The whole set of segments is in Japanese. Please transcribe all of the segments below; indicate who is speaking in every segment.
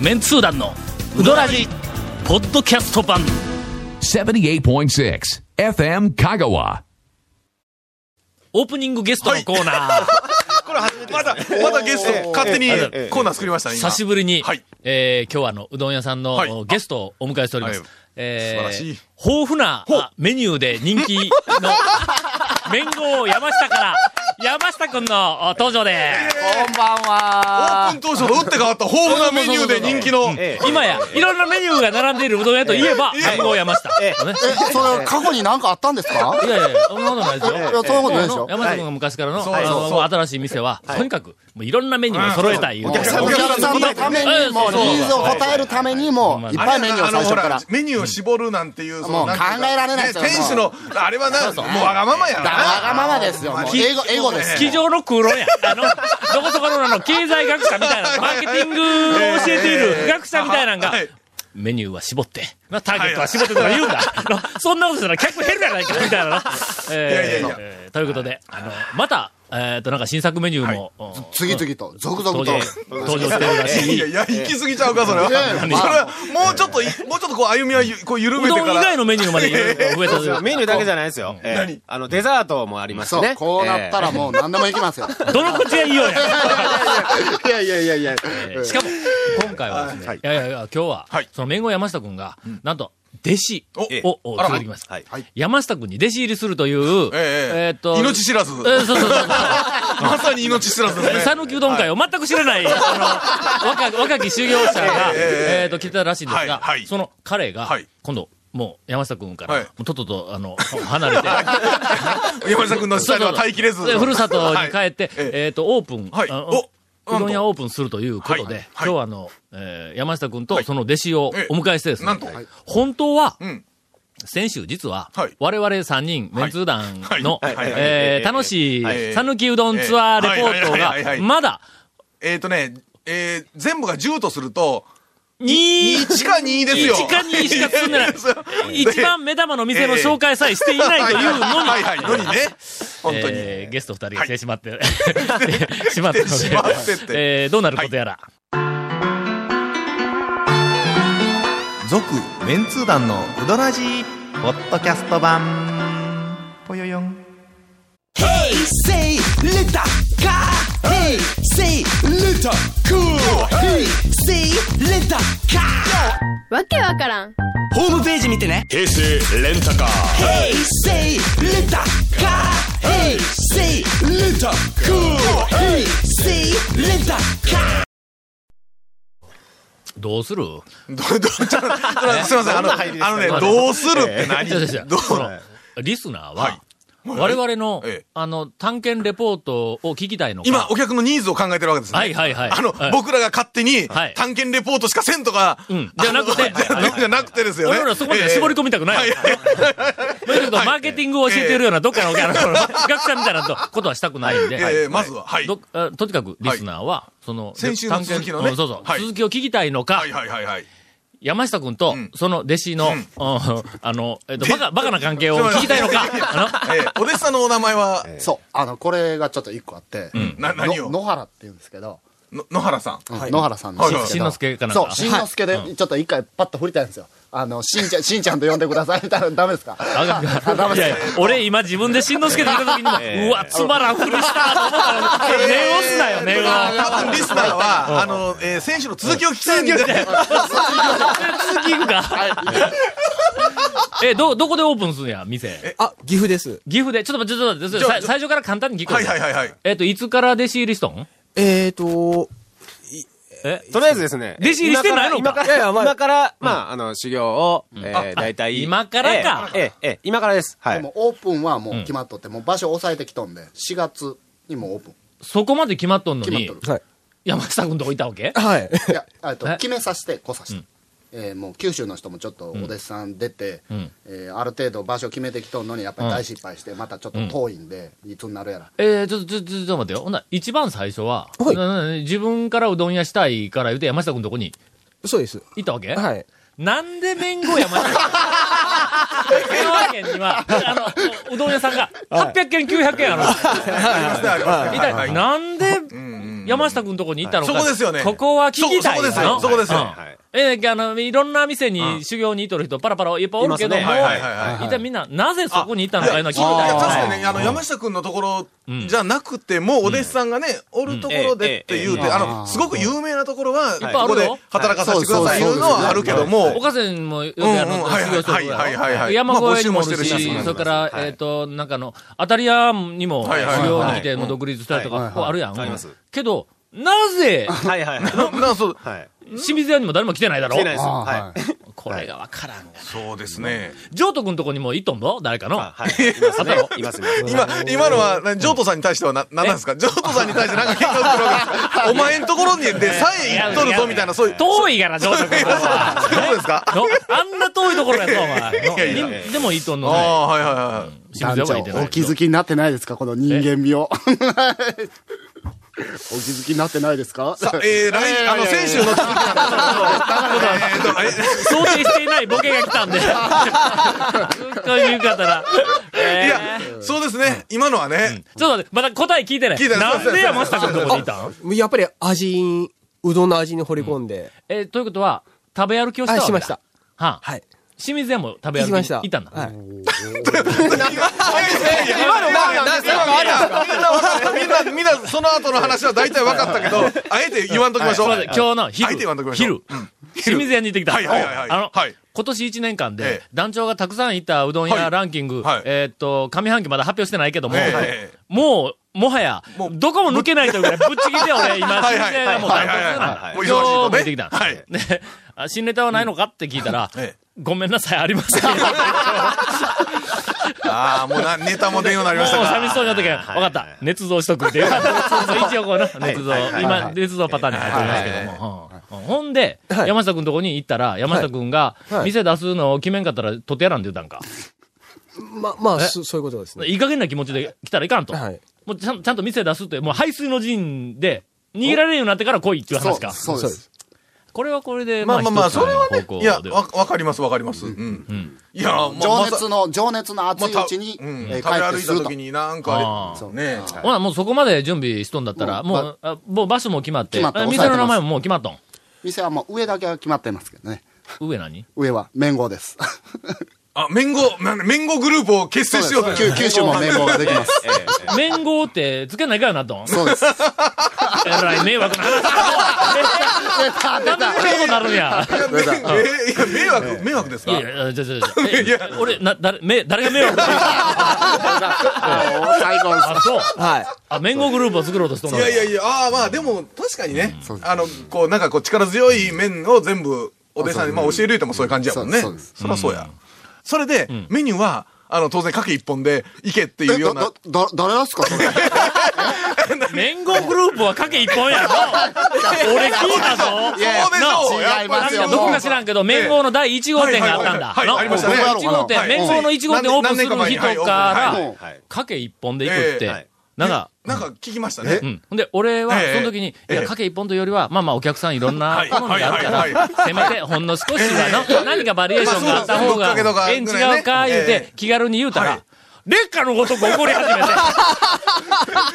Speaker 1: メンツー団のウドラジポッドキャスト版
Speaker 2: 78.6 FM Kagawa.
Speaker 1: オープニングゲストのコーナー、
Speaker 3: まだ、まだゲスト、勝手にコーナー作りましたね、今
Speaker 1: 久しぶりに、
Speaker 3: はい
Speaker 1: えー今日はあのうどん屋さんの、
Speaker 3: はい
Speaker 1: おゲストをお迎えしております。
Speaker 3: はい
Speaker 1: えー
Speaker 3: 素晴らしい
Speaker 1: 豊富なあメニューで人気の 麺号山下から山下くんのお登場です。
Speaker 4: こんばん
Speaker 3: オー
Speaker 4: は
Speaker 3: プン。当初の打って変わった豊富なメニューで人気の、
Speaker 4: え
Speaker 1: 今や、いろんなメニューが並んでいるうどん屋といえば、麺号山下。
Speaker 4: え
Speaker 1: ね
Speaker 5: それは過去に何かあったんですか
Speaker 1: いやいやいや、そんなことないですよ。
Speaker 5: いや、そういうことないでしょ。
Speaker 1: 山下君が昔からの、
Speaker 3: そうそう
Speaker 1: あの
Speaker 3: そう
Speaker 1: 新しい店は、とにかく、もういろんなメニューを揃えたいいう。
Speaker 5: お
Speaker 3: お客
Speaker 5: 客
Speaker 3: さんが
Speaker 5: さんのためにも、ニーズを応えるためにも、いっぱいメニューを最初から。
Speaker 3: メニューを絞るなんていう、そ
Speaker 5: も
Speaker 3: の
Speaker 5: う
Speaker 3: なんていうか
Speaker 5: 考えられないですよ
Speaker 3: ね店主の、あれはな、もうわがままやな。
Speaker 5: だわがままですよ。もう
Speaker 3: き
Speaker 5: 英語、英語です
Speaker 1: 机
Speaker 5: よ。
Speaker 1: 上の空論や。あの、どこそこのあの、経済学者みたいな、マーケティングを教えている学者みたいなのが
Speaker 3: はい、
Speaker 1: メニューは絞って、なターゲットは絞ってとか言うんだ。あのそんなことしたら客減るやないか、みたいなな。え
Speaker 3: いやい
Speaker 1: ー
Speaker 3: やいや
Speaker 1: えーということで、あの、また、えっと、なんか新作メニューも、うん
Speaker 5: 次々と、続々
Speaker 1: 登場
Speaker 5: と。、
Speaker 1: 登場してるらしい。
Speaker 3: いやいや、行き過ぎちゃうか、それは。それ
Speaker 5: や
Speaker 3: は、もうちょっとい、もうちょっとこう、歩みはゆこう緩
Speaker 1: う
Speaker 3: めて
Speaker 1: どん
Speaker 3: か
Speaker 1: 以外
Speaker 3: ら。
Speaker 1: のメニューまでいろいろ増えたと いう
Speaker 4: メニューだけじゃないですよ。ええ
Speaker 3: 何
Speaker 4: あの、デザートもありますし
Speaker 5: そう
Speaker 4: ね。、
Speaker 5: こうなったらもう何でもいきますよ。
Speaker 1: どの口がいいようや。
Speaker 5: いやいやいやいや。
Speaker 1: しかも、今回はですね、い、やいやいや、今日は、
Speaker 3: はい
Speaker 1: その面後山下くんが、なんと、弟子を
Speaker 3: お
Speaker 1: を
Speaker 3: あら
Speaker 1: 作ります、
Speaker 4: はい
Speaker 3: はい
Speaker 1: 山下くんに弟子入りするという、
Speaker 3: ええええ
Speaker 1: ーっと、
Speaker 3: 命知らず
Speaker 1: えーそうそう そう。
Speaker 3: まさに命知らずですね。
Speaker 1: 讃岐うどん会を全く知らない、あの若若き修行者が、
Speaker 3: ええええ
Speaker 1: えっと、来てたらしいんですが、
Speaker 3: はいはい
Speaker 1: その彼が、
Speaker 3: はい
Speaker 1: 今度、もう山下くんから、
Speaker 3: はい
Speaker 1: もうとっとと、あの、離 れて、
Speaker 3: 山下君の下では耐えきれず。
Speaker 1: そうそうそうでふるさとに帰って、
Speaker 3: はいええ
Speaker 1: えっ、と、オープン、
Speaker 3: はい
Speaker 1: あ
Speaker 3: お
Speaker 1: うどん屋オープンするということで、
Speaker 3: はいはい
Speaker 1: 今日はあの、えー山下君と
Speaker 3: はい
Speaker 1: その弟子を
Speaker 3: ええ
Speaker 1: お迎えしてですね、
Speaker 3: なんと
Speaker 1: 本当は、
Speaker 3: うん
Speaker 1: 先週実は、
Speaker 3: はい
Speaker 1: 我々3人、メンツー団の、
Speaker 3: はいはい
Speaker 1: えー
Speaker 4: はい
Speaker 1: 楽しい
Speaker 3: はいはい、
Speaker 1: さぬきうどんツアーレポート
Speaker 3: はいはいはいは
Speaker 1: が、
Speaker 3: い
Speaker 1: まだ、
Speaker 3: えっとね、えー全部が10とすると、
Speaker 1: 2、
Speaker 3: 1か2ですよ。。
Speaker 1: 1か2しか進んでない一番目玉の店の紹介さえしていないというのに、
Speaker 3: はいはい、のにね。本当に。
Speaker 1: えーゲスト二人が来てしまって、 しまったので
Speaker 3: 来てしまってって
Speaker 1: えーどうなることやら、
Speaker 6: 続メンツー団のウドラジーポッドキャスト版ぽよよん
Speaker 7: Say little car. Hey, say little cool. Hey, say little car.
Speaker 8: わけわからん
Speaker 7: ホームページ見てね。平成レンタカー。Hey, say little car. Hey, say little cool. Hey, say little car.
Speaker 1: どうする
Speaker 3: どどちょっとちょっとすいません、あの、あのね、どうするって何
Speaker 1: いやいやいや
Speaker 3: どう
Speaker 1: そのリスナーは、
Speaker 3: はい
Speaker 1: 我々の、
Speaker 3: ええ
Speaker 1: あの、探検レポートを聞きたいのか。
Speaker 3: 今、お客のニーズを考えてるわけですね。
Speaker 1: はいはいはい
Speaker 3: あの
Speaker 1: はい、
Speaker 3: 僕らが勝手に
Speaker 1: はい、
Speaker 3: 探検レポートしかせんとか、
Speaker 1: んじゃなくて
Speaker 3: あのじゃ
Speaker 1: はい
Speaker 3: じゃなくてですよね。
Speaker 1: 俺らそこまで絞り込みたくない。
Speaker 3: ええはいはい
Speaker 1: とにかくマーケティングを教えているような、どっかの、あの学者みたいなことはしたくないんで、
Speaker 3: ええまずは、はい。
Speaker 1: どあとにかくリスナーは、その、
Speaker 3: 先週の続きの
Speaker 1: 探
Speaker 3: ね
Speaker 1: 検うんそうそう、
Speaker 3: はい
Speaker 1: 続きを聞きたいのか、
Speaker 3: はいはいはいはい。
Speaker 1: 山下君と、
Speaker 3: ん
Speaker 1: その弟子の、
Speaker 3: う
Speaker 1: う
Speaker 3: ん
Speaker 1: ん あの、えっと、バカ、バカな関係を聞きたいのか、あ
Speaker 3: ええお弟子さんのお名前は、
Speaker 5: そう、あの、これがちょっと一個あって、
Speaker 3: な、何
Speaker 5: の
Speaker 3: を
Speaker 5: 野原って言うんですけど、
Speaker 3: の野原さん。
Speaker 5: うん野原さんの
Speaker 3: はい
Speaker 5: ですけど
Speaker 1: しんのすけかなん
Speaker 5: そ
Speaker 1: か
Speaker 5: う、しんのすけで、ちょっと一回パッと振りたいんですよ。あの、しんちゃん、しんちゃんと呼んでください みたいなのダメですか
Speaker 1: の、あ
Speaker 5: ダメ
Speaker 1: いやい
Speaker 5: で
Speaker 1: や
Speaker 5: すか、
Speaker 1: 俺今自分でしんのすけで言った時にも、うわ、つまらんふりしたと思ったら、念を押すなよ、 念を。
Speaker 3: 多分リスナーは、あの、えー、選手の続きを聞きたいんで、
Speaker 1: 続き行くか。え、ど、どこでオープンするんや、店。
Speaker 9: あ、岐阜です。
Speaker 1: 岐阜で、ちょっと待って、ちょっと待って、さい最初から簡単に聞こう。
Speaker 3: はいはいはいはい。
Speaker 1: えっと、いつから弟子入りしとん
Speaker 9: えーと、
Speaker 4: とりあえずですね。
Speaker 1: 弟子入りしてないのか
Speaker 4: 今から、
Speaker 9: いやいやまあ
Speaker 4: 今から、まあ、あの、修行を、え
Speaker 1: あ
Speaker 4: ー、大体。
Speaker 1: 今からか
Speaker 4: ええええ、ええ、今からです。は
Speaker 5: で
Speaker 4: い。
Speaker 5: もオープンはもう決まっとって、もう場所押さえてきとんで、4月にもうオープン。
Speaker 1: そこまで決まっとんの
Speaker 5: 決まっ
Speaker 1: に
Speaker 5: と、る。
Speaker 9: はい。
Speaker 1: 山下君どこいたわけ
Speaker 9: はい。
Speaker 5: いや、えっと
Speaker 1: え
Speaker 5: 決めさせて、来させて。えーもう九州の人もちょっとお弟子さん出て、えーある程度場所決めてきとんのにやっぱり大失敗して、またちょっと遠いんで、いつになるやら
Speaker 1: えー、ちょっと、ちょっと、ちょっと待ってよ。ほんなら一番最初は、
Speaker 9: はい
Speaker 1: なな自分からうどん屋したいから言うて山下君のとこに
Speaker 9: そうです。
Speaker 1: 行ったわけ
Speaker 9: はい。
Speaker 1: なんで麺後山下君香 川県には、あの、うどん屋さんが800件、900件あるんです
Speaker 3: ありますね、ありますね。
Speaker 1: 一体、
Speaker 3: はい
Speaker 1: なんで、山下くんとこに行ったのか、
Speaker 3: はいそこですよね
Speaker 1: ここは聞きたいな
Speaker 3: そそこですよ
Speaker 1: うん
Speaker 3: そこ
Speaker 4: はい
Speaker 1: ええあの、いろんな店
Speaker 3: う
Speaker 1: に
Speaker 3: ん
Speaker 1: 修行にいとる人、パラパラいっぱいおるけども、
Speaker 4: い
Speaker 1: 一
Speaker 4: ます
Speaker 3: ねはいはいはい
Speaker 9: はい
Speaker 1: 体みんな、なぜそこに行ったのかいうのは聞き
Speaker 3: い
Speaker 1: たい
Speaker 3: や
Speaker 1: よ
Speaker 3: 確
Speaker 1: ね。
Speaker 3: かにね、あの、山下くんのところじゃなくても、お弟子さんがね、おるところでって言う
Speaker 4: うんえ
Speaker 3: て、
Speaker 4: え
Speaker 3: あの、すごく有名なところは、
Speaker 1: ぱいあ
Speaker 3: こ
Speaker 1: る
Speaker 3: こで
Speaker 1: よ
Speaker 3: 働かさせてくださいいうのはあるけど
Speaker 1: お
Speaker 3: も、
Speaker 1: かせんもよくやる
Speaker 3: うん
Speaker 1: の、
Speaker 3: うんはい
Speaker 1: 修
Speaker 3: はい
Speaker 1: 行してる
Speaker 3: はいはいはいはい
Speaker 1: 山小屋にもおる
Speaker 3: まあ募集もしてる
Speaker 1: し、
Speaker 3: し
Speaker 1: それから、えっと、なんかあの、当たり屋にも
Speaker 3: はいはいはい
Speaker 1: 修行に来て、もう独立したりと
Speaker 5: はいは
Speaker 1: か、
Speaker 5: い
Speaker 1: こうあるやん。
Speaker 4: あります
Speaker 1: けど、なぜ、
Speaker 4: はいはいはい。
Speaker 3: ななそう
Speaker 4: はい。
Speaker 1: 清水屋にも誰も来てないだろ
Speaker 4: 来てないです。
Speaker 5: あー
Speaker 4: は
Speaker 5: はい
Speaker 4: い。
Speaker 1: これがわからんが。
Speaker 3: そうですね。
Speaker 1: ジョート君とこにも行っとんぞ誰かの。
Speaker 4: あはい。いますね。います
Speaker 3: 今、
Speaker 4: ね。
Speaker 3: 今のは、なジョートさんに対してはな、何なんですかジョートさんに対してなんか喧嘩売ってるわけですかお前んところにでさえ行っとるぞみたいな、そういう。
Speaker 1: 遠いから、ジョート君は。
Speaker 3: そういうことですか
Speaker 1: のあんな遠いところやぞ、お 前。の
Speaker 3: いやいやいや
Speaker 1: にでも行っとん
Speaker 3: あ
Speaker 1: のね。
Speaker 3: あ、はいはいはい。
Speaker 1: 清
Speaker 5: 団
Speaker 1: 水屋
Speaker 5: 長、
Speaker 1: は行ってない
Speaker 5: お気づきになってないですかこの人間味を。お気づきになってないですか
Speaker 3: さ、えー、来、あの、先週の続きなんですけどえーと、え
Speaker 1: 想定していないボケが来た んで。すっごい言うかったら。えー
Speaker 3: いや、そうですね。今のはね。
Speaker 1: ちょっと待って、まだ答え聞いてない。
Speaker 3: 聞いてない
Speaker 1: な
Speaker 3: そ
Speaker 1: ん
Speaker 3: うそう
Speaker 1: で
Speaker 3: そう
Speaker 1: 山下君のとこにいたん
Speaker 9: やっぱり味に、うどんの味に惚れ込んで、
Speaker 1: えーということは、食べ歩きをしたわ
Speaker 9: あ、
Speaker 1: けだ
Speaker 9: しました。。
Speaker 1: はあ、
Speaker 9: はい。
Speaker 1: 清水屋も食べ
Speaker 9: 行
Speaker 1: 歩き
Speaker 9: きました。
Speaker 1: に行ったんだ。
Speaker 9: はい。
Speaker 3: 今のは、みんな、みんな、みんな、その後の話は大体分かったけど、あえて言わんときまし
Speaker 1: す
Speaker 3: ょう。
Speaker 1: みません今日の
Speaker 3: あえて言わんとき
Speaker 1: 昼、
Speaker 3: ましょ
Speaker 1: 昼
Speaker 3: う。、
Speaker 1: 清水屋に行ってきた。
Speaker 3: はいはいはいはい
Speaker 1: あの、
Speaker 3: はい
Speaker 1: 今年1年間で
Speaker 3: ええ、
Speaker 1: 団長がたくさん行ったうどん
Speaker 3: は
Speaker 1: 屋
Speaker 3: い
Speaker 1: ランキング、
Speaker 3: はい
Speaker 1: えーっと、上半期まだ発表してないけども、
Speaker 3: ええ
Speaker 1: もう、もはや、
Speaker 3: もう
Speaker 1: どこも抜けないというぐらい、ぶっちぎりで俺、今、
Speaker 3: は
Speaker 1: 清
Speaker 3: いはい
Speaker 1: 水屋がもう
Speaker 3: はい
Speaker 1: 断
Speaker 3: はいはい
Speaker 1: ト
Speaker 3: お忙
Speaker 1: ツ
Speaker 3: し
Speaker 1: で
Speaker 3: い
Speaker 1: なの。今日も行ってきた。
Speaker 3: とねはい
Speaker 1: で、あ新ネタはないのかって聞いたら、
Speaker 3: ええ
Speaker 1: ごめんなさい、ありません。もう
Speaker 3: ああ、もうな、ネタも出んようになりましたか。
Speaker 1: 寂しそうになったけど、わかった。捏造しとく ってよかった。一応こ うな、捏造。今、捏造パターンに入ってますけども。うんほんで、
Speaker 9: はい
Speaker 1: 山下くんとこに行ったら、山下くんが
Speaker 9: はい、
Speaker 1: 店出すのを決めんかったら取ってやらんって言ったんか。
Speaker 9: ま、まあ、そそういうことですね。
Speaker 1: いい加減な気持ちで来たらいかんと。
Speaker 9: はい
Speaker 1: もうちゃんちゃんと店出すって、もう排水の陣で、逃げられるようになってから来いっていう話か。
Speaker 5: そうそうです。
Speaker 1: これはこれで、
Speaker 3: まあまあまあ、
Speaker 1: 一つの
Speaker 3: それは
Speaker 1: 方
Speaker 3: ね
Speaker 1: 向、
Speaker 3: いや、
Speaker 1: で
Speaker 3: わ、わかりますわかります。うん。いや、まあ
Speaker 5: 情
Speaker 3: まさ
Speaker 5: 熱の、情熱の熱
Speaker 3: まあ
Speaker 5: いう
Speaker 3: た
Speaker 5: ちに、
Speaker 3: うん
Speaker 5: え
Speaker 3: 食べ
Speaker 5: ー帰っ
Speaker 3: 歩
Speaker 5: て
Speaker 3: い
Speaker 5: す
Speaker 3: た
Speaker 5: ると
Speaker 3: 時。になんか
Speaker 1: あ、
Speaker 5: ー
Speaker 3: ね
Speaker 5: そう
Speaker 1: ほな、もうそこまで準備しとんだったら、
Speaker 5: もう
Speaker 1: もう、あもう場所も決まって、
Speaker 5: 決まった
Speaker 1: あ
Speaker 5: 押さ
Speaker 1: 店
Speaker 5: えてます
Speaker 1: の名前ももう決まっとん。
Speaker 5: 店はもう上だけは決まってますけどね。
Speaker 1: 上何
Speaker 5: 上は、麺号です。
Speaker 3: あ、麺号、な麺号グループを結成しようと。
Speaker 5: 九九州も麺号ができます。
Speaker 1: 面号ってつけないかよなと。
Speaker 5: そう です。
Speaker 1: えらい迷惑な話だな。
Speaker 5: あ
Speaker 1: な
Speaker 5: 出
Speaker 1: んでこんなことなるんや。
Speaker 3: いやめえいや、迷惑、迷惑です
Speaker 1: い
Speaker 3: か
Speaker 1: やいや、じゃじ ゃじゃ。え俺、な、誰、め、誰が迷惑だよ
Speaker 5: たおー最高です。
Speaker 1: あ、そう。
Speaker 9: はい。
Speaker 1: あ、面号グループを作ろうとしとん
Speaker 3: い
Speaker 1: の
Speaker 3: やいやいや、ああ、まあでも、確かにね、あの、こう、なんかこう、力強い面を全部、お弟子さんに、まあ教えるいてもそういう感じやもんね。
Speaker 5: そ
Speaker 3: そ
Speaker 5: うそうです
Speaker 3: りゃそうや。それで、メニューは、あの、当然、牡蠣一本で、いけっていう
Speaker 5: え、
Speaker 3: よう
Speaker 5: ど、
Speaker 3: な
Speaker 5: ど、、ど、誰ですか それ。
Speaker 1: 面号グループは賭け一本や ろ。俺聞いたぞ。
Speaker 5: いやいや
Speaker 3: そうでしょう
Speaker 5: な
Speaker 3: やっぱり
Speaker 5: 違いますよ
Speaker 1: どこか知らんけど、面号の第1号店があったんだ。
Speaker 3: はいはいはいはいありましたね
Speaker 1: 1号店、
Speaker 3: はい
Speaker 1: 面号の1号店オープンする日と
Speaker 3: はい
Speaker 1: か
Speaker 4: はい
Speaker 1: ら、賭け一本で行くっ
Speaker 3: え
Speaker 4: えは
Speaker 1: て
Speaker 4: い、
Speaker 1: なんか、
Speaker 3: なんか聞きましたね
Speaker 1: う。ん。ほんで、俺は、
Speaker 3: ええ
Speaker 1: その時に、
Speaker 3: ええ
Speaker 1: いや、かけ一本というよりは、まあまあ、お客さんいろんな
Speaker 3: はい
Speaker 1: 好みがあるか
Speaker 3: はいはい
Speaker 1: ら、せめて、ほんの少しはの、何かバリエーションがあった方
Speaker 3: まあそうですねぶっかけと
Speaker 1: が、
Speaker 3: か
Speaker 1: ええん違うか、言
Speaker 3: ぐら
Speaker 1: う
Speaker 3: いね
Speaker 1: て、気軽に言うた
Speaker 3: は
Speaker 1: ら
Speaker 3: い、
Speaker 1: 劣化のごとく怒り始 めて、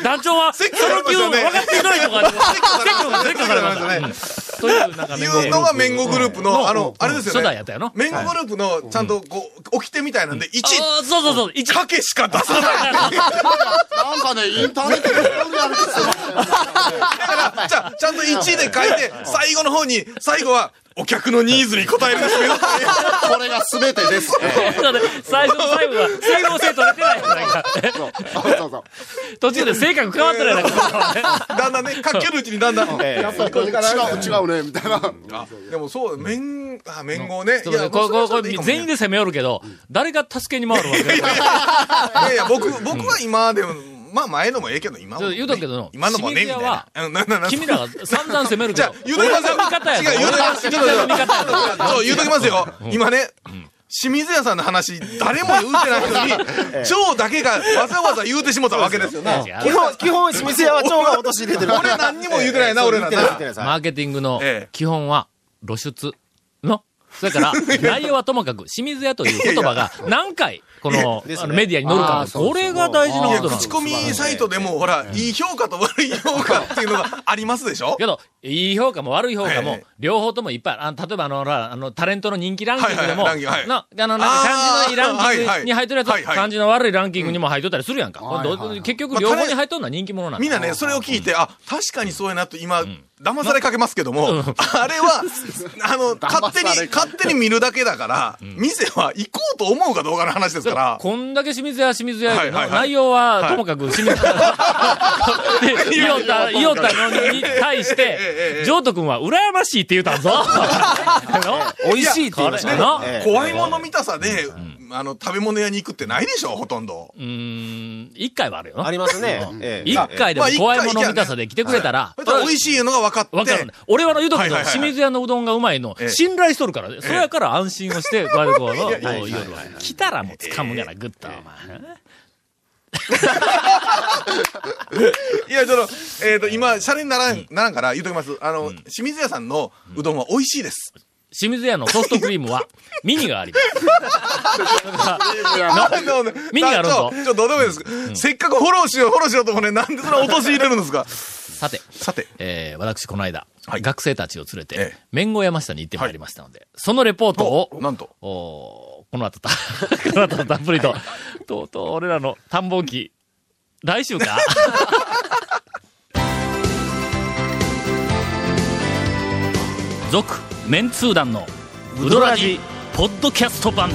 Speaker 1: 団長は、その気分分かっていないとか、
Speaker 3: せっかくなりましたね。
Speaker 1: という、なんかね、
Speaker 3: いうのが麺号グループの、あの、あれですよね。
Speaker 1: 初代やったよな
Speaker 3: 麺号グループの、ちゃんと、こう、掟みたいなんで、1、
Speaker 1: あそうそうそう、一
Speaker 3: かけしか出さない。
Speaker 5: なんかね、インターネットで一人歩きしてますよ
Speaker 3: だから、じゃあ、ちゃんと1で書いて、最後の方に、最後は、お客のニーズに応えるんですけど、
Speaker 5: これが全てで す。
Speaker 1: そうだね最初の最後が、整合性取れてないじゃないか。
Speaker 5: そうそうそうそう。
Speaker 1: 途中で性格変わってないな、この人はね
Speaker 3: だんだんね、かけるうちにだんだん。
Speaker 5: やっぱりこれ違う、違うね、みたいな。
Speaker 3: あでもそう、面、あ、面号ね。
Speaker 1: そうだねこうこうこう全員
Speaker 3: で。
Speaker 1: で攻めおるけど、誰が助けに回るわけ
Speaker 3: いやいや、僕、僕は今でも、まあ前のもええけど、今もね。
Speaker 1: 言うとくけどの
Speaker 3: 今のも
Speaker 1: 清
Speaker 3: ね、み
Speaker 1: 水
Speaker 3: た
Speaker 1: 屋
Speaker 3: い
Speaker 1: は
Speaker 3: な。うんななな
Speaker 1: 君らが散々攻めるけ
Speaker 3: じゃ
Speaker 1: ど
Speaker 3: あ、、言うとき
Speaker 1: 俺の味
Speaker 3: ますよ。
Speaker 1: 方やぞ
Speaker 3: 違う、言うときます。
Speaker 1: 俺
Speaker 3: ちょ
Speaker 1: の味
Speaker 3: っと
Speaker 1: 方やぞ
Speaker 3: そう、言うときますよ。今ね、清水屋さんの話、誰も言うてない のに、蝶だけがわざわざ言うてしもたわけですよな。
Speaker 1: 違う
Speaker 4: 基本、基本、清水屋は蝶が落とし入れてる。
Speaker 3: 俺何にも言うてないな、俺ら
Speaker 4: 言っ
Speaker 3: な
Speaker 4: て。ないです
Speaker 1: マーケティングの
Speaker 3: ええ
Speaker 1: 基本は 露出の。それから、内容はともかく、清水屋という言葉が何回この、
Speaker 4: ですね
Speaker 1: あのメディアに載る
Speaker 5: あー
Speaker 1: か
Speaker 5: そうそう
Speaker 1: これが大事ない
Speaker 3: や、
Speaker 1: ことなんで
Speaker 3: 口
Speaker 1: す。
Speaker 3: コミサイトでも、ほら、いい評価と悪い評価っていうのがありますでしょ
Speaker 1: けど、いい評価も悪い評価
Speaker 3: は
Speaker 1: も
Speaker 3: い、
Speaker 1: 両方ともいっぱいある。あの例えばあの、ほらあの、タレントの人気ランキングでも、
Speaker 3: はいはいランキング
Speaker 1: な、あの、なんか
Speaker 3: あー
Speaker 1: 感じのいいランキン
Speaker 3: はいは
Speaker 1: グ
Speaker 3: い
Speaker 1: に入っとるやつ、
Speaker 3: はいはい
Speaker 1: 感じの悪いランキングにも入っとったりするやんか。これどう
Speaker 5: はいはいはい
Speaker 1: 結局、両方に入っとるのは人気者なんだ
Speaker 3: みんなね、それを聞いて、あ、確かにそうやなと今、騙されかけますけども、あれ は、あの、勝手に、勝手に見るだけだから、店は行こうと思うかどうかの話ですから、
Speaker 1: こんだけ清水屋、清水屋、
Speaker 3: はいはいはい
Speaker 1: 内容はともかく清水屋。で、イオタ、イオタのに対し
Speaker 3: え
Speaker 1: て
Speaker 3: え、
Speaker 1: ジョート君は羨ましいって言うたんぞ。
Speaker 4: 美味しいって言いましたね。
Speaker 1: な
Speaker 4: ええ
Speaker 3: 怖いもの見たさで、あの、食べ物屋に行くってないでしょ、ほとんど。
Speaker 1: うーん、一回はあるよな
Speaker 4: あ。りますね。ええ
Speaker 1: 一回でも
Speaker 3: まあ一
Speaker 1: 怖
Speaker 3: 回
Speaker 1: いもの見たさで来てくれたら
Speaker 3: そ、したら美味しいのが分かって、
Speaker 1: わかるんだ。俺はあの、ゆとくんの
Speaker 3: はいはいはい
Speaker 1: 清水屋のうどんがうまいの
Speaker 3: え、え
Speaker 1: 信頼しとるからね、それやから安心をして、外国の、もう夜
Speaker 4: やいやいや
Speaker 1: は。来たらもう掴むから、ぐっと、お前。
Speaker 3: いや、その、えっ、と、今、シャレにならん、ならんから言うときます。あの、清水屋さんのうどんは美味しいです。
Speaker 1: 清水屋のソフトクリームは、ミニがあります。
Speaker 3: あのね
Speaker 1: ミニがあるん
Speaker 3: ちょ
Speaker 1: ぞ
Speaker 3: ちょっとどうでもいいです、せっかくフォローしよう、フォローしようともね、なんでそんな落とし入れるんですか
Speaker 1: さて。
Speaker 3: さて。
Speaker 1: えー私、この間、
Speaker 3: はい
Speaker 1: 学生たちを連れて、
Speaker 3: ええ
Speaker 1: 面後山下に行ってまいりましたので、そのレポートを、
Speaker 3: おなんと
Speaker 1: おーこの後た、 この後たっぷりと、とうとう俺らの探訪記、来週か 続、メンツー団の、ウドラジ、ポッドキャスト版。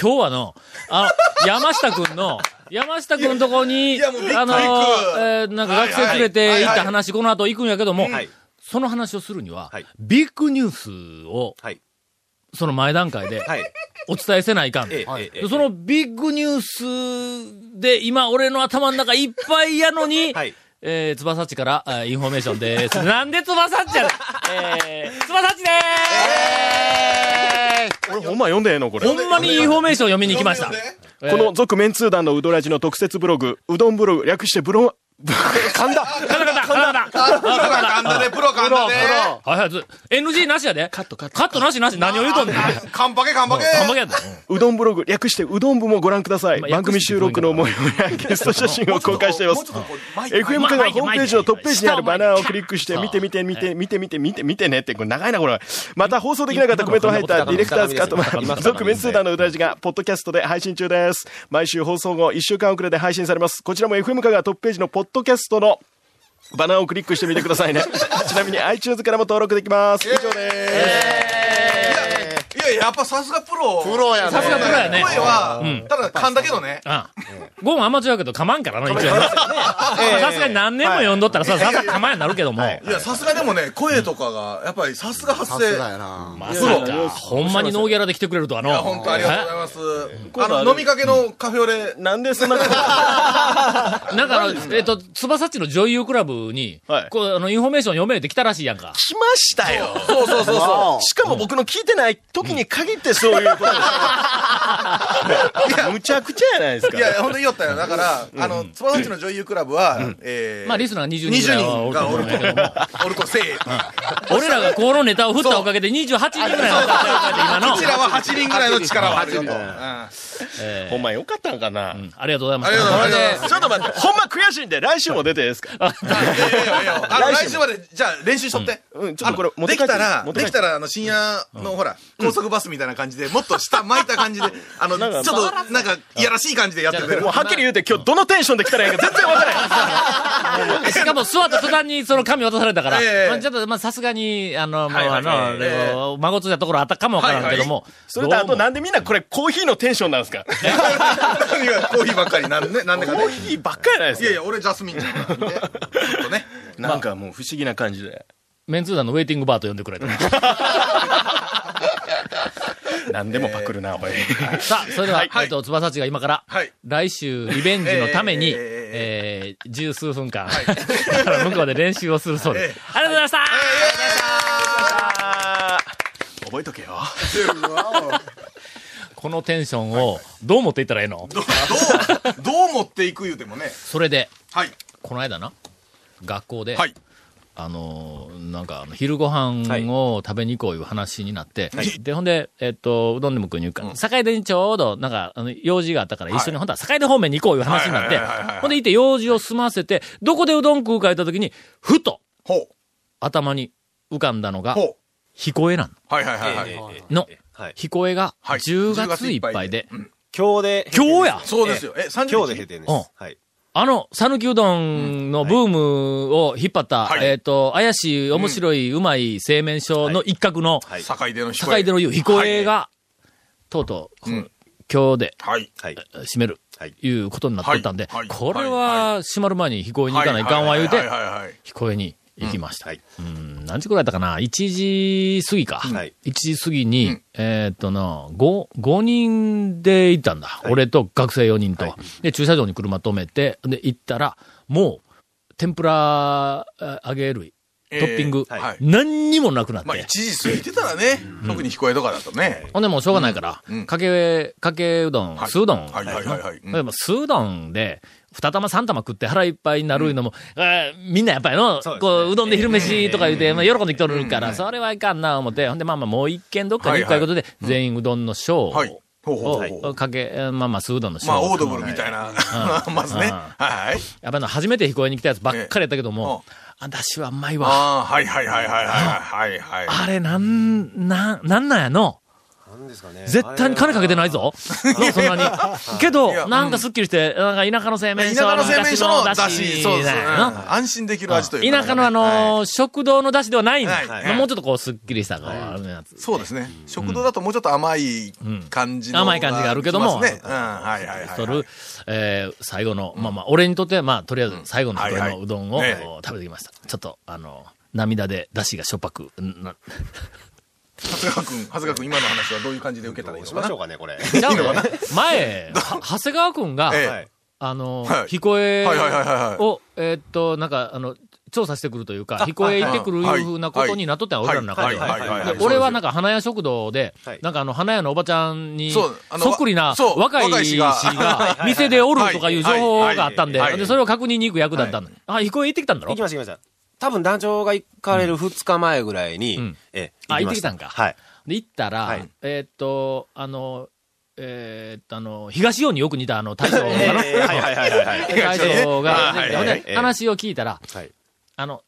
Speaker 1: 今日はの、あの、山下くんの、山下くんとこに、
Speaker 3: いやもうびっくり
Speaker 1: あの、
Speaker 3: く
Speaker 1: えーなんか学生連れて行った話、この後行くんやけども、
Speaker 4: はい
Speaker 1: その話をするには、
Speaker 4: はい
Speaker 1: ビッグニュースを、
Speaker 4: はい
Speaker 1: その前段階で、
Speaker 4: はい。
Speaker 1: お伝えせないかん。
Speaker 4: ええええ
Speaker 1: でそのビッグニュースで、今俺の頭の中いっぱいやのに、
Speaker 4: はい
Speaker 1: えー、翼っちから、あインフォメーションです。 なんで翼っちやねんえー、翼っちで
Speaker 8: 俺ほんま読んでええのこれ
Speaker 1: ーす、。ほんまにインフォメーション読みに来ました。えー
Speaker 8: この続面通談のうどらじの特設ブログ、うどんブログ、略してブロン、
Speaker 4: 神田
Speaker 1: カタカタ、カタカタ。
Speaker 3: プロが噛んだね、プロが噛んだね。
Speaker 1: はいはいず、NG なしやで。カット、カット。カットなしなし、何を言うとんねん。頑
Speaker 3: カンパケ、カンパケ。
Speaker 1: 張けやで。
Speaker 8: うどんブログ、略してうどん部もご覧ください。
Speaker 1: まあ
Speaker 8: 番組収録の模様やゲスト写真を公開していま
Speaker 3: もう
Speaker 8: す
Speaker 3: ちょ。っとこう、マイク
Speaker 8: FM カがホームページのトップページにあるバナーをクリックして、
Speaker 1: そう
Speaker 8: 見て見て見て見て見て見て見てねって、これ長いなこれ。また放送できなかったコメントが入ったディレクターズカットマン、続面通談のうどらじが、ポッドキャストで配信中です。毎週放送後、1週間遅れで配信されます。こちらも FM カがトップページのポッドキャストのバナーをクリックしてみてくださいね。ちなみに iTunes からも登録できます。以上です。
Speaker 3: いやいや、やっぱさすがプロ。
Speaker 5: プロやね
Speaker 1: さすがプロやね。
Speaker 3: 声は、ただ噛んだけどね。
Speaker 1: ああ。ゴンアマチュアやけど噛まんからな、一応。 さすがに何年も読んどったらさ、さすがに噛まんやなるけども。
Speaker 3: いや、さすがでもね、声とかが、やっぱりさすが発
Speaker 5: さ
Speaker 3: 声。
Speaker 5: す
Speaker 3: い
Speaker 5: がやな。
Speaker 1: まさか、ほんまにノーギャラで来てくれるとはの。
Speaker 3: や、本当ありがとうございます。あの、飲みかけのカフェオレ、
Speaker 8: なんでそんなこと
Speaker 1: えなんかあの、えっと、翼っちの女優クラブに
Speaker 8: は、い
Speaker 1: こう、あの、インフォメーション読めって来たらしいやんか。
Speaker 8: 来ましたよ。そうそうそうそう。しかも僕の聞いてない時に限ってそういうことです。むちゃくちゃやないですか
Speaker 3: い。や、本当に言おったよ。だから、あの、つばさちの女優クラブは、えー
Speaker 1: まあ、リスナー20
Speaker 3: 20
Speaker 1: 人ぐらいは
Speaker 3: 人
Speaker 1: おると思
Speaker 3: がお
Speaker 1: う
Speaker 3: る
Speaker 1: ん
Speaker 3: と
Speaker 1: やけども。
Speaker 3: おるこせい。こ
Speaker 1: 俺らがこのネタを振ったおかげで28人ぐらいの今の。
Speaker 3: ちらは8人ぐらいの力はあるよと。うん
Speaker 1: え
Speaker 8: ほんまよかったんかな。
Speaker 1: ーありがとうございま
Speaker 3: あり
Speaker 1: し
Speaker 3: がとう
Speaker 1: た
Speaker 3: ご。ざいます。
Speaker 8: ちょっと待って、ほんま悔しいんで、来週も出ていいですか
Speaker 3: いやいやいやいや、あの来週まで、じゃあ練習しとって。
Speaker 8: うん、ちょっとこれ持っ
Speaker 3: でき
Speaker 8: て帰って。
Speaker 3: たら
Speaker 8: 持、って
Speaker 3: で
Speaker 8: 帰っ
Speaker 3: き
Speaker 8: て
Speaker 3: たら、あの、深夜の、ほら、高速バスみたいな感じで、もっと下巻いた感じで、あの、ちょ
Speaker 8: なん
Speaker 3: っ
Speaker 8: か
Speaker 3: と、なんか、いやらしい感じでやってくれる
Speaker 8: もう。はっきり言うて、今日どのテンションで来たらいいか全然わからない。
Speaker 1: しかも座った途端にその紙渡されたから、
Speaker 3: ええ
Speaker 1: まあ、ちょっと、まあ、さすがに、あの、ま
Speaker 3: はい
Speaker 1: あ、
Speaker 3: は
Speaker 1: あ
Speaker 3: いは
Speaker 1: の、
Speaker 3: いえ
Speaker 1: 孫ついたところあったかもわからんけども、
Speaker 8: それとあ
Speaker 1: ど
Speaker 8: と、
Speaker 1: うも
Speaker 8: なんでみんなこれコーヒーのテンションなんですか
Speaker 3: 何がコーヒーばっかりなんで、なんで
Speaker 8: コ
Speaker 3: かね
Speaker 8: ー。ヒーばっかりやないです
Speaker 3: い
Speaker 8: か
Speaker 3: やいや、俺ジャスミンちゃんなんで。ちょっとね。
Speaker 8: なんかもう不思議な感じで。
Speaker 1: メンツー団のウェイティングバーと呼んでくれた。
Speaker 8: なんでもパクるな、おい。
Speaker 1: さあ、それでは、
Speaker 8: はいはい
Speaker 1: えっと、翼たちが今から、
Speaker 3: はい
Speaker 1: 来週リベンジのために、え
Speaker 3: ええ
Speaker 1: ー十数分間、 向こうで練習をするそうです。ありがとうございました、
Speaker 8: 覚えとけよ。
Speaker 1: このテンションをどう持っていったらええの
Speaker 3: どう、どう、どう持っていく言うてもね。
Speaker 1: それで、
Speaker 3: はい。
Speaker 1: この間な、学校で、
Speaker 3: はい
Speaker 1: あの、なんか、あの昼ご飯を食べに行こういう話になって、で、ほんで、えっと、うどんでも食いに行くから、坂出にちょうど、なんか、あの、用事があったから、一緒に、ほんとは坂出方面に行こういう話になって
Speaker 3: はいはいはいはいは、い
Speaker 1: ほんで行って用事を済ませて、どこでうどん食うか言った時に、ふと
Speaker 3: ほう。
Speaker 1: 頭に浮かんだのが、
Speaker 3: ほ
Speaker 1: 彦絵なん
Speaker 3: う。はいはいはいはい。
Speaker 1: の
Speaker 4: はい、
Speaker 1: 彦絵が
Speaker 3: はい
Speaker 1: 10月いっぱいで、
Speaker 4: 今日で、
Speaker 1: 今日や
Speaker 3: そうですよ。え、30
Speaker 4: 今日で閉店で
Speaker 1: うん
Speaker 4: す。はい。
Speaker 1: あの、讃岐うどんのブームを引っ張った、
Speaker 3: はい
Speaker 1: えっ、と、怪しい、面白い、うまい製麺所の一角の、
Speaker 4: はい。
Speaker 3: 坂出の彦
Speaker 1: 境出の湯、彦栄が、
Speaker 3: は
Speaker 1: とうとう、
Speaker 3: うん
Speaker 1: 今日で
Speaker 3: はい。
Speaker 4: はい。
Speaker 1: 閉める、
Speaker 4: はい
Speaker 1: いうことになってたんで、
Speaker 3: はいはい
Speaker 1: これ
Speaker 3: は
Speaker 1: は閉まる前に彦栄に行かないかんわ言う
Speaker 3: はい
Speaker 1: て、
Speaker 3: はいはいはい。
Speaker 1: 彦栄に行きました。
Speaker 4: はい。
Speaker 1: うん何時くらいだったかな ?1 時過ぎか。
Speaker 4: はい
Speaker 1: 1時過ぎに、
Speaker 3: うん
Speaker 1: えーっとな、5、5人で行ったんだ。俺と学生4人と、で、駐車場に車止めて、で、行ったら、もう、天ぷらあ揚げ類、ト
Speaker 3: えー
Speaker 1: ッピング、
Speaker 3: はい
Speaker 1: 何にもなくなって。
Speaker 3: まあ、一時過ぎてたらね、特に彦江とかだとね。
Speaker 1: ほんでもうしょうがないから、
Speaker 3: うん
Speaker 1: かけ、かけうどん、
Speaker 3: はい
Speaker 1: 酢うどん。
Speaker 3: はいはいはいはいうん
Speaker 1: でも酢うどんで、二玉三玉食って腹いっぱいになるいうのも、えーみんなやっぱりの、
Speaker 4: そうですね
Speaker 1: こう、うどんで昼飯とか言うて、まあ、喜んできとるから、それはいかんな思って、ほんでまあまあもう一軒どっかに行くかいうことで、全員うどんの小を、
Speaker 3: はい。ほうほうほうほう。
Speaker 1: かけ、まあまあ酢うどんの小を。
Speaker 3: まあ、オードブルみたいな、 まずね。はいはい。
Speaker 1: やっぱり初めて彦根に来たやつばっかりやったけども、
Speaker 3: え
Speaker 1: 私はうまいわ。
Speaker 3: ああ、はいはいはいはいはいはいはい。
Speaker 1: あれ、なん、なん、なんなんやの
Speaker 4: なんですかね。
Speaker 1: 絶対に金かけてない ぞ。そんなに。け
Speaker 3: いや
Speaker 1: ど、
Speaker 3: うん
Speaker 1: なんかすっきりして、なんか田舎の製麺
Speaker 3: 田
Speaker 1: 所
Speaker 3: 舎の製麺所の出
Speaker 1: 昔
Speaker 3: 汁、そうですね。
Speaker 1: だよな
Speaker 3: 安心できる味というか
Speaker 1: 田舎のあのー、食堂の出汁ではないんだ
Speaker 3: はい
Speaker 1: まあもうちょっとこう、すっきりした、こう、あのやつ。
Speaker 3: そうですね。食堂だともうちょっと甘い感じの、
Speaker 1: うん甘い感じがあるけども
Speaker 3: きますね。うん、はいはいはいはい。
Speaker 1: とる、えー最後の、まあまあ、俺にとっては、まあ、とりあえず最後の
Speaker 3: はい
Speaker 1: 俺
Speaker 3: はい
Speaker 1: のうどんを
Speaker 3: ね
Speaker 1: こう食べてきました。ちょっと、あの、涙で出汁がしょっぱく、んな
Speaker 3: 長谷川君、長谷川君、今の話はどういう感じで受けたらいい
Speaker 4: ど
Speaker 3: で
Speaker 4: う
Speaker 3: すかな
Speaker 4: しましょうかね、これ。
Speaker 1: ちゃうね前、は長谷川くんが、
Speaker 3: ええ
Speaker 4: はい。
Speaker 1: あの、
Speaker 3: はい
Speaker 1: 彦江
Speaker 3: はいはいはいはい
Speaker 1: を、えーっと、なんか、あの、調査してくるというか、彦江行ってくるいうふうなことになっとったんや、
Speaker 3: はい
Speaker 1: 俺らの中では。
Speaker 3: はいはいはいはい
Speaker 1: で
Speaker 3: はい
Speaker 1: 俺はなんか、花屋食堂で
Speaker 4: はい、
Speaker 1: なんかあの、花屋のおばちゃんに、そ
Speaker 3: そうあの
Speaker 1: っくりな
Speaker 3: そう
Speaker 1: 若
Speaker 3: 若
Speaker 1: い
Speaker 3: い
Speaker 1: 氏
Speaker 3: 氏が
Speaker 1: が、店でおるとかいう情報があったんで
Speaker 3: はいはいはいは、い
Speaker 1: でそれを確認に行く役だったのに。あ、彦江行ってきたんだろ
Speaker 4: 行きました、行きました。多分団長が行かれる2日前ぐらいに、
Speaker 1: うん
Speaker 4: え
Speaker 1: あ
Speaker 4: ました
Speaker 1: 行ってきたんか
Speaker 4: はい。
Speaker 1: で、行ったら
Speaker 4: はい、
Speaker 1: えーっと、あの、えーっと、あの、東洋によく似たあの、大将が
Speaker 4: えー
Speaker 1: な、
Speaker 4: はいはいはいはいは
Speaker 1: 大
Speaker 4: い。
Speaker 1: 将が、
Speaker 3: はい
Speaker 1: でほん
Speaker 4: はいは
Speaker 1: で
Speaker 4: い
Speaker 1: 話を聞いたら、
Speaker 4: はい
Speaker 1: あの、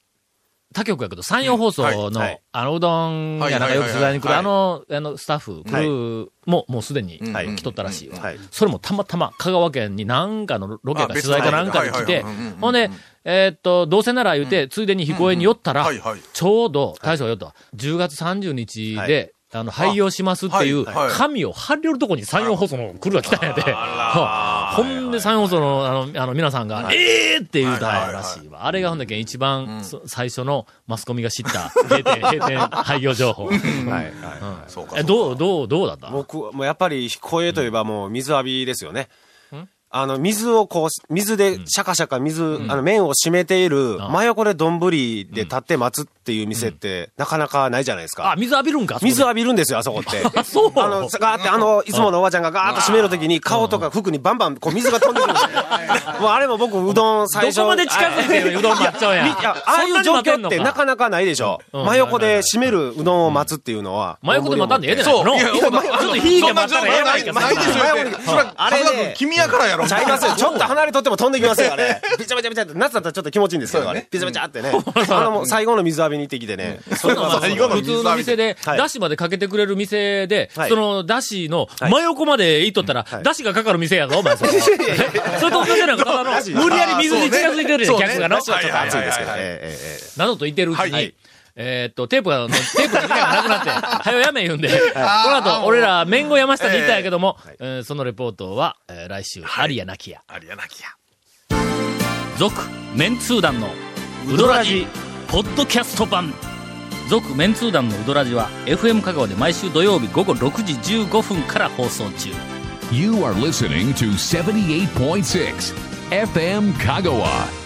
Speaker 1: 他局やけど、山陽放送
Speaker 4: うんはいは
Speaker 1: の
Speaker 4: い、
Speaker 1: あの、うどんやなんかよく取材に来る、
Speaker 3: はい
Speaker 1: あの、あの、スタッフ、クルーも、もうすでに
Speaker 4: はい
Speaker 1: 来とったらしいわ
Speaker 4: はい。
Speaker 1: それもたまたま、香川県になんかのロケか
Speaker 3: あ
Speaker 1: 取
Speaker 3: 別
Speaker 1: 材かなんかで
Speaker 3: は
Speaker 1: 来
Speaker 3: いはいは
Speaker 1: て
Speaker 3: いうんうんうん、
Speaker 1: ほんで、えーっと、どうせなら言うて、ついでに彦根に寄ったら
Speaker 3: はい、はい。
Speaker 1: ちょうど、大将が寄った、10月30日
Speaker 4: は
Speaker 1: で
Speaker 4: い、
Speaker 1: あの、廃業しますっていう、
Speaker 3: はいはい
Speaker 1: 紙を貼り寄るとこに山陽放送の来るが来たんやで。ほんで山陽放送の、あの、あの、皆さんが、ええーって言うたらしいわ。あれがほんだけん一番、そ最初のマスコミが知った、閉店、閉店、廃業情報。
Speaker 4: はいは
Speaker 3: そう
Speaker 1: え、
Speaker 3: か。
Speaker 1: どう、どう、どうだった
Speaker 4: い。僕、もうやっぱり、声といえばもう水浴びですよね。あの、水をこう、水で、シャカシャカ水、あの、麺を締めている、
Speaker 1: あ
Speaker 4: 真横で丼で立って待つっていう店って、なかなかないじゃないですか。
Speaker 1: あ、水浴びるんか浴
Speaker 4: 水浴びるんですよ、あそこって。
Speaker 1: び。あ、 そう。
Speaker 4: あの、ガーって、あの、いつものおばちゃんがガーッと閉めるときに、顔とか服にバンバン、こう、水が飛んでくるんですよ。もう、あれも僕、うどん最初。
Speaker 1: どこまで近づいてうどん待っちゃうやん
Speaker 4: いやああいう状況ってなかなかないでしょ。
Speaker 1: うん
Speaker 4: 真横で閉めるうどんを待つっていうのは。
Speaker 1: 真横で待たんでええでない
Speaker 3: そ
Speaker 1: の
Speaker 3: う、いや、
Speaker 1: ちょっと引い
Speaker 3: そ
Speaker 1: て
Speaker 3: んな
Speaker 1: 待っ
Speaker 3: 情
Speaker 1: た
Speaker 3: 報
Speaker 1: らええやな
Speaker 3: ないい
Speaker 1: か
Speaker 3: ないですよ
Speaker 4: 前。
Speaker 3: それは、
Speaker 4: あれね
Speaker 3: 長谷川君、君やからやろ。
Speaker 4: ちゃいま すよ。ちょっと離れとっても飛んできますよ、あれ。びちゃびちゃびちゃって、夏だったらちょっと気持ちいいんですけど、あれ。びちゃびちゃってね。あの、もう最後の水浴びに行ってきてね。
Speaker 1: そんなのは
Speaker 3: 最後
Speaker 1: 普
Speaker 3: の水
Speaker 1: 通
Speaker 3: 浴び
Speaker 1: の店で、
Speaker 4: はい
Speaker 1: だしまでかけてくれる店で、
Speaker 4: はい
Speaker 1: そのだしの
Speaker 4: い
Speaker 1: 真横まで行っとったら、
Speaker 4: い
Speaker 1: だしがかかる店やぞ、お前それ。それと同じなんか、ただの、無理やり水に近づいてるやん、
Speaker 3: そうね
Speaker 1: 客がの。
Speaker 3: そうね
Speaker 4: ちょっと暑いですけど
Speaker 3: はいはいはいはい
Speaker 4: ええええええ
Speaker 1: などと言ってるうちに、
Speaker 3: はい
Speaker 1: えーっと、テープが、テープの時間がなくなって、はよやめ言うんで、この後、俺ら、面後山下に行ったんやけども、えーそのレポートは、えー来週、ありやなきや。
Speaker 3: ありやなきや。
Speaker 1: 続メンツー団のウドラジポッドキャスト版続メンツー団のウドラジは FM 香川で毎週土曜日午後6時15分から放送中
Speaker 2: You are listening to 78.6 FM Kagawa.